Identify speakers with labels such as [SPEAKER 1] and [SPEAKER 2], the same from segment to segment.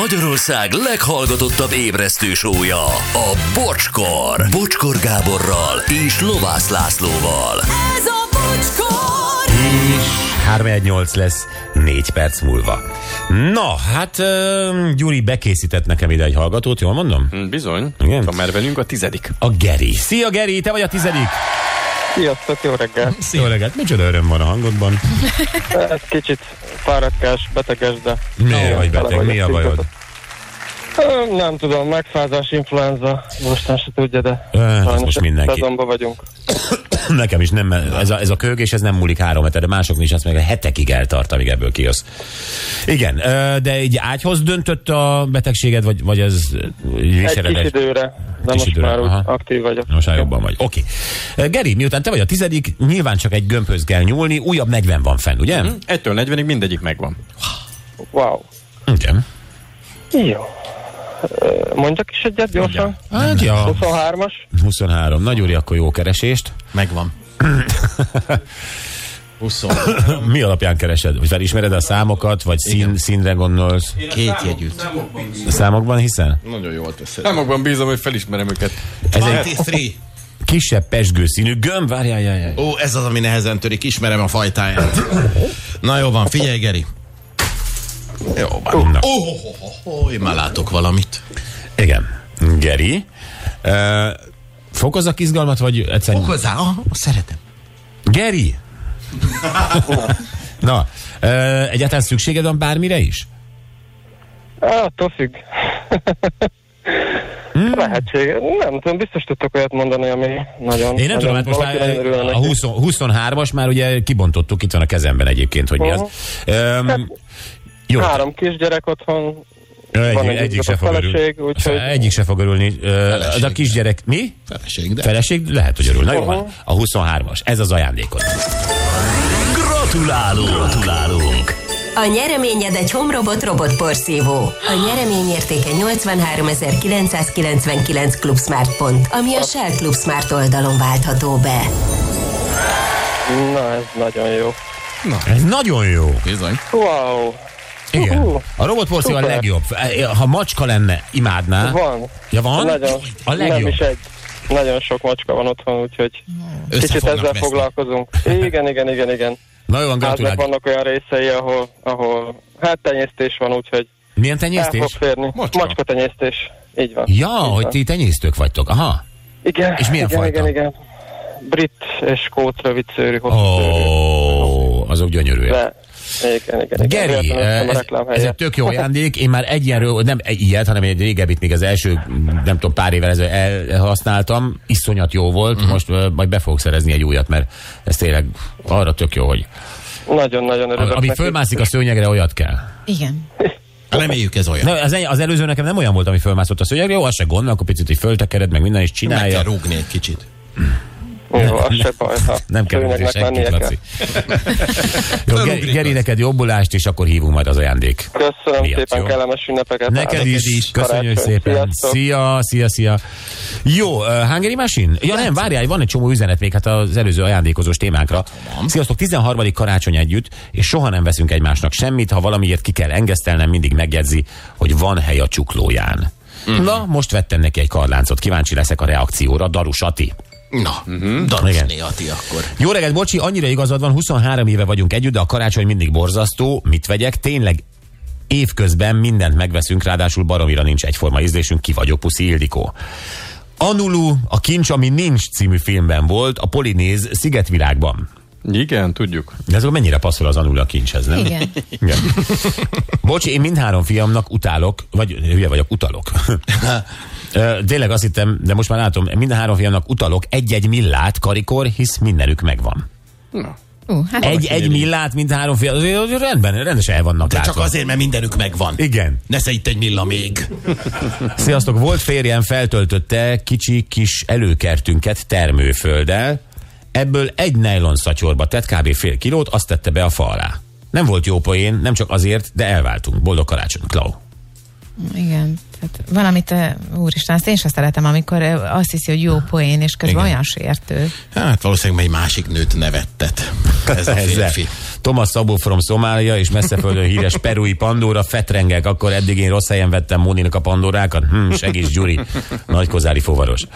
[SPEAKER 1] Magyarország leghallgatottabb ébresztő sója, a Bocskor. Bocskor Gáborral és Lovász Lászlóval.
[SPEAKER 2] Ez a bocskor!
[SPEAKER 3] És 318 lesz 4 perc múlva. Na, hát uh, Gyuri bekészített nekem ide egy hallgatót, jól mondom?
[SPEAKER 4] Hm, Bizony.
[SPEAKER 3] Igen?
[SPEAKER 4] Igen? Van már velünk a tizedik.
[SPEAKER 3] A Geri. Szia Geri, te vagy a tizedik?
[SPEAKER 5] Sziasztok, jó reggel!
[SPEAKER 3] Szia. Jó reggelt, micsoda öröm van a hangodban.
[SPEAKER 5] Ez kicsit fáradkás, beteges, de...
[SPEAKER 3] Miért
[SPEAKER 5] Jó,
[SPEAKER 3] vagy beteg?
[SPEAKER 5] tele
[SPEAKER 3] Mi a
[SPEAKER 5] vagyok
[SPEAKER 3] bajod?
[SPEAKER 5] tünketve. Ö, Nem tudom, megfázás, influenza, mostan se tudja, de
[SPEAKER 3] Ö, ez
[SPEAKER 5] sajnos
[SPEAKER 3] Hát, most mindenki.
[SPEAKER 5] szezonban vagyunk.
[SPEAKER 3] Nekem is nem, ez a, ez a köhögés, ez nem múlik három hete, de másoknak is ezt meg hetekig eltart, amíg ebből kijössz. Igen, ö, de egy ágyhoz döntött a betegséged, vagy, vagy ez
[SPEAKER 5] Egy kis
[SPEAKER 3] viseled?
[SPEAKER 5] időre,
[SPEAKER 3] Kis
[SPEAKER 5] de most
[SPEAKER 3] időre,
[SPEAKER 5] már úgy
[SPEAKER 3] aha.
[SPEAKER 5] aktív vagyok.
[SPEAKER 3] Most már jobban vagy. Oké. Okay. Geri, miután te vagy a tizedik, nyilván csak egy gömbhöz kell nyúlni, újabb 40 van fenn, ugye?
[SPEAKER 5] Mhm.
[SPEAKER 3] Mm.
[SPEAKER 4] 1-től 40-ig mindegyik megvan.
[SPEAKER 5] Wow.
[SPEAKER 3] Igen.
[SPEAKER 5] Jó. Ö, Mondjak is egyet gyorsan.
[SPEAKER 3] Hát, ja.
[SPEAKER 5] 23-as.
[SPEAKER 3] 23. Nagy úri, akkor jó keresést.
[SPEAKER 6] Megvan. 20.
[SPEAKER 3] Mi alapján keresed? Vagy felismered a számokat, vagy szín, színre gondolsz?
[SPEAKER 6] Két jegyűt.
[SPEAKER 3] A számokban hiszen?
[SPEAKER 6] Nagyon jól teszed.
[SPEAKER 4] Számokban bízom, hogy felismerem őket.
[SPEAKER 3] Ez egy
[SPEAKER 6] 23.
[SPEAKER 3] kisebb pesgő színű gömb, várjál, jaj, jaj.
[SPEAKER 6] Ó, ez az, ami nehezen törik, ismerem a fajtáját. Na jó van, figyelj, Geri. Jó van.
[SPEAKER 3] Na.
[SPEAKER 6] Ó, ho, ho, ho, ho, én már látok valamit.
[SPEAKER 3] Igen. Geri. Uh, fokozak izgalmat, vagy egyszerűen?
[SPEAKER 6] Okozzá, ah, szeretem.
[SPEAKER 3] Geri! Na, ö, egyáltalán szükséged van bármire is?
[SPEAKER 5] Á, attól függ.
[SPEAKER 3] Hmm.
[SPEAKER 5] Lehetséges. Nem tudom, biztos tudtok olyat mondani, ami nagyon...
[SPEAKER 3] Én nem tudom,
[SPEAKER 5] nagyon-
[SPEAKER 3] hát most már
[SPEAKER 5] valaki nagyon örülne
[SPEAKER 3] ö, a
[SPEAKER 5] neki.
[SPEAKER 3] 20, 23-as már ugye kibontottuk, itt van a kezemben egyébként, hogy mi az.
[SPEAKER 5] Aha.
[SPEAKER 3] Öm, jó,
[SPEAKER 5] Mhm. Hát, Három kisgyerek otthon,
[SPEAKER 3] ö,
[SPEAKER 5] van
[SPEAKER 3] egy,
[SPEAKER 5] egy
[SPEAKER 3] egyik se
[SPEAKER 5] izgatott
[SPEAKER 3] fog örülni.
[SPEAKER 5] feleség, úgyhogy-
[SPEAKER 3] Egyik se fog örülni. Ö, De a kisgyerek, mi?
[SPEAKER 6] Feleség, de...
[SPEAKER 3] Feleség? Lehet, hogy örül. Na jó,
[SPEAKER 5] Aha.
[SPEAKER 3] van. a 23-as. Ez az ajándékod.
[SPEAKER 1] Gratulálunk! Gratulálunk!
[SPEAKER 2] A nyereményed egy Homrobot robotporszívó. A nyeremény értéke 83.999 Club Smart pont, ami a Shell Club Smart oldalon váltható be.
[SPEAKER 5] Na, ez nagyon jó.
[SPEAKER 3] Ez nagyon jó.
[SPEAKER 6] Bizony.
[SPEAKER 5] Wow,
[SPEAKER 3] Igen.
[SPEAKER 5] Uhú.
[SPEAKER 3] A robotporszív a
[SPEAKER 5] Szuper.
[SPEAKER 3] legjobb. eh, Ha macska lenne, imádná.
[SPEAKER 5] van.
[SPEAKER 3] Ja, van?
[SPEAKER 5] Nagyon,
[SPEAKER 3] A
[SPEAKER 5] nem
[SPEAKER 3] legjobb.
[SPEAKER 5] is egy. Nagyon sok macska van otthon, úgyhogy
[SPEAKER 6] Össze
[SPEAKER 5] kicsit
[SPEAKER 6] fognak
[SPEAKER 5] ezzel
[SPEAKER 6] veszni.
[SPEAKER 5] foglalkozunk. Igen, igen, igen, igen.
[SPEAKER 3] Na jó, van,
[SPEAKER 5] Háznak
[SPEAKER 3] gratulálok.
[SPEAKER 5] vannak olyan részei, ahol, ahol hát tenyésztés van, úgyhogy
[SPEAKER 3] Milyen
[SPEAKER 5] el fog
[SPEAKER 3] tenyésztés?
[SPEAKER 5] férni.
[SPEAKER 4] Macska.
[SPEAKER 5] Macska. tenyésztés. Így van.
[SPEAKER 3] Ja,
[SPEAKER 5] Így
[SPEAKER 3] hogy
[SPEAKER 5] van.
[SPEAKER 3] ti tenyésztők vagytok. Aha.
[SPEAKER 5] Igen,
[SPEAKER 3] és milyen
[SPEAKER 5] igen,
[SPEAKER 3] fajta?
[SPEAKER 5] igen, igen. Brit és skót rövid szőrű,
[SPEAKER 3] Ó,
[SPEAKER 5] hosszú szőrű.
[SPEAKER 3] azok gyönyörűek.
[SPEAKER 5] De, igen, igen, igen.
[SPEAKER 3] Geri, eh,
[SPEAKER 5] Véletlenül hoztam a
[SPEAKER 3] ez,
[SPEAKER 5] reklám
[SPEAKER 3] ez egy
[SPEAKER 5] helyet.
[SPEAKER 3] tök jó ajándék. Én már egy ilyenről, nem egy ilyet, hanem egy régebbit még az első, nem tudom, pár évvel ezelőtt elhasználtam. Iszonyat jó volt.
[SPEAKER 5] Mhm.
[SPEAKER 3] Most ö, majd be fogok szerezni egy újat, mert ez tényleg arra tök jó, hogy
[SPEAKER 5] Nagyon-nagyon örülök.
[SPEAKER 3] ami
[SPEAKER 5] neki.
[SPEAKER 3] fölmászik a szőnyegre, olyat kell.
[SPEAKER 7] Igen.
[SPEAKER 6] Reméljük ez olyan.
[SPEAKER 3] Na, az, egy- az előző nekem nem olyan volt, ami fölmászott a szőnyegre, jó, az se gond, mert akkor picit így föltekered, meg minden is
[SPEAKER 6] Meg kell
[SPEAKER 3] csinálja.
[SPEAKER 6] rúgni egy kicsit.
[SPEAKER 5] Jó, az se baj, ha
[SPEAKER 3] Nem kell rúgni
[SPEAKER 5] szőnyegnek
[SPEAKER 3] senkit,
[SPEAKER 5] lennie kell.
[SPEAKER 3] Laci. Jó, Ge-
[SPEAKER 6] Rúgni,
[SPEAKER 3] Geri,
[SPEAKER 6] Laci.
[SPEAKER 3] neked jobbulást, és akkor hívunk majd az ajándék.
[SPEAKER 5] Köszönöm
[SPEAKER 3] Miatt,
[SPEAKER 5] szépen,
[SPEAKER 3] jó?
[SPEAKER 5] kellemes ünnepeket.
[SPEAKER 3] Neked is, köszönjük
[SPEAKER 5] Karácsony.
[SPEAKER 3] szépen.
[SPEAKER 5] Sziasztok.
[SPEAKER 3] Szia, szia, szia. Jó, uh, Hungary Machine? Ja nem, várjál, van egy csomó üzenet még hát az előző ajándékozós témánkra.
[SPEAKER 5] Hát,
[SPEAKER 3] Sziasztok, 13. karácsony együtt, és soha nem veszünk egymásnak semmit, ha valamiért ki kell engesztelnem, mindig megjegyzi, hogy van hely a csuklóján.
[SPEAKER 5] Mhm.
[SPEAKER 3] Na, most vettem neki egy karláncot, kíváncsi leszek a reakcióra, Darus Ati.
[SPEAKER 6] Na,
[SPEAKER 3] Mhm. Igen.
[SPEAKER 6] darusné Ati akkor.
[SPEAKER 3] Jó reggelt, bocsi, annyira igazad van, 23 éve vagyunk együtt, de a karácsony mindig borzasztó. Mit vegyek? Tényleg évközben mindent megveszünk, ráadásul baromira nincs egyforma ízlésünk, ki vagyok, puszi Ildikó. Anulu, a kincs, ami nincs című filmben volt, a Polinéz szigetvilágban.
[SPEAKER 4] Igen, tudjuk.
[SPEAKER 3] De ez akkor mennyire passzol az Anulu a kincshez, nem?
[SPEAKER 7] Igen.
[SPEAKER 3] Igen. Bocsi, én mindhárom fiamnak utálok, vagy hülye vagyok, utalok. Ö, Tényleg azt hittem, de most már látom, mindhárom fiamnak utalok egy-egy millát karikor, hisz mindenük megvan.
[SPEAKER 7] Ú, hát
[SPEAKER 3] Egy, egy millát, mint három fél. Azért azért rendben, rendesen el vannak
[SPEAKER 6] De
[SPEAKER 3] látva.
[SPEAKER 6] csak azért, mert mindenük megvan.
[SPEAKER 3] Igen.
[SPEAKER 6] Ne szedj itt egy milla még.
[SPEAKER 3] Sziasztok, volt férjem, feltöltötte kicsi kis előkertünket termőfölddel, ebből egy nylon szatyorba tett kb. fél kilót, azt tette be a fa alá. Nem volt jó poén, nem csak azért, de elváltunk. Boldog karácsony, Klau.
[SPEAKER 7] Igen. Tehát valamit, eh, úristen, azt én sem szeretem, amikor eh, azt hiszi, hogy jó poén, és közben
[SPEAKER 6] Igen.
[SPEAKER 7] olyan sértő.
[SPEAKER 6] Hát valószínűleg egy másik nőt nevettet. Ez a
[SPEAKER 3] Ezzel.
[SPEAKER 6] férfi.
[SPEAKER 3] Thomas Szabó from Szomália és messzeföldön híres perui pandóra fetrengek, akkor eddig én rossz helyen vettem Móninak a pandorákat. Hm, segíts Gyuri, nagy kozári fovaros.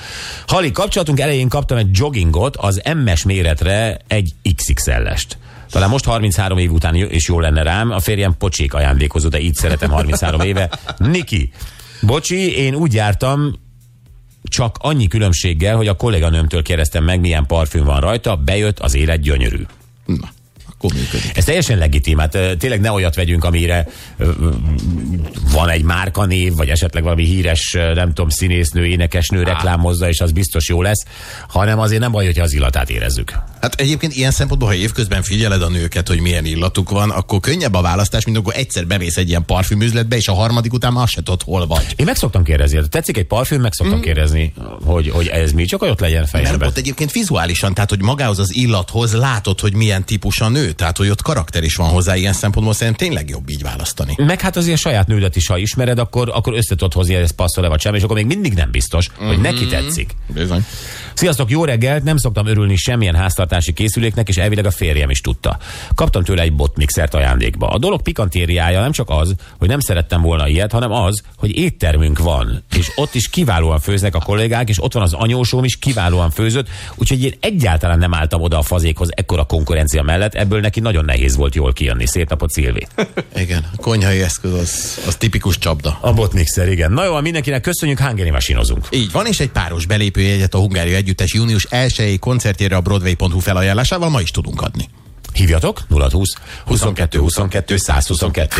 [SPEAKER 3] Hali, kapcsolatunk elején kaptam egy joggingot, az MS méretre egy XXL-est. Talán most 33 év után jó- és jó lenne rám, a férjem pocsék ajándékozó, de így szeretem 33 éve. Niki, bocsi, én úgy jártam, csak annyi különbséggel, hogy a kolléganőmtől kérdeztem meg, milyen parfüm van rajta, bejött, az élet gyönyörű.
[SPEAKER 6] Na, akkor működik.
[SPEAKER 3] Ez teljesen legitim, hát ö, tényleg ne olyat vegyünk, amire ö, ö, van egy márkanév, vagy esetleg valami híres, ö, nem tudom, színésznő, énekesnő reklámozza, és az biztos jó lesz, hanem azért nem baj, hogyha az illatát érezzük.
[SPEAKER 6] Hát egyébként ilyen szempontból, ha évközben figyeled a nőket, hogy milyen illatuk van, akkor könnyebb a választás, mint akkor egyszer bemész egy ilyen parfümüzletbe, és a harmadik után már azt se tudod, hol vagy.
[SPEAKER 3] Én meg szoktam kérdezni, ha tetszik egy parfüm, meg szoktam kérdezni, hogy, hogy ez mi, csak hogy ott legyen
[SPEAKER 6] Mert
[SPEAKER 3] fejemben.
[SPEAKER 6] ott egyébként vizuálisan, tehát hogy magához az illathoz látod, hogy milyen típus a nő, tehát hogy ott karakter is van hozzá ilyen szempontból, szerintem tényleg jobb így választani.
[SPEAKER 3] Meg hát azért saját nődet is, ha ismered, akkor, akkor össze tudod hozni, hogy ez passzol-e vagy sem, és akkor még mindig nem biztos, hogy neki tetszik.
[SPEAKER 6] Bizony.
[SPEAKER 3] Sziasztok, jó reggelt! Nem szoktam örülni semmilyen háztartási készüléknek, és elvileg a férjem is tudta. Kaptam tőle egy botmixert ajándékba. A dolog pikantériája nem csak az, hogy nem szerettem volna ilyet, hanem az, hogy éttermünk van, és ott is kiválóan főznek a kollégák, és ott van az anyósom is kiválóan főzött, úgyhogy én egyáltalán nem álltam oda a fazékhoz ekkora konkurencia mellett, ebből neki nagyon nehéz volt jól kijönni. Szép napot, Szilvi!
[SPEAKER 6] Igen, a konyhai eszköz az, az tipikus csapda.
[SPEAKER 3] A botmixer, igen. Na jó, van, mindenkinek köszönjük, hangeri masinozunk.
[SPEAKER 6] Így van, és egy páros belépőjegyet a Hungária Együttes június 1 koncertjére a Broadway.hu felajánlásával ma is tudunk adni.
[SPEAKER 3] Hívjatok 020 22 22 122.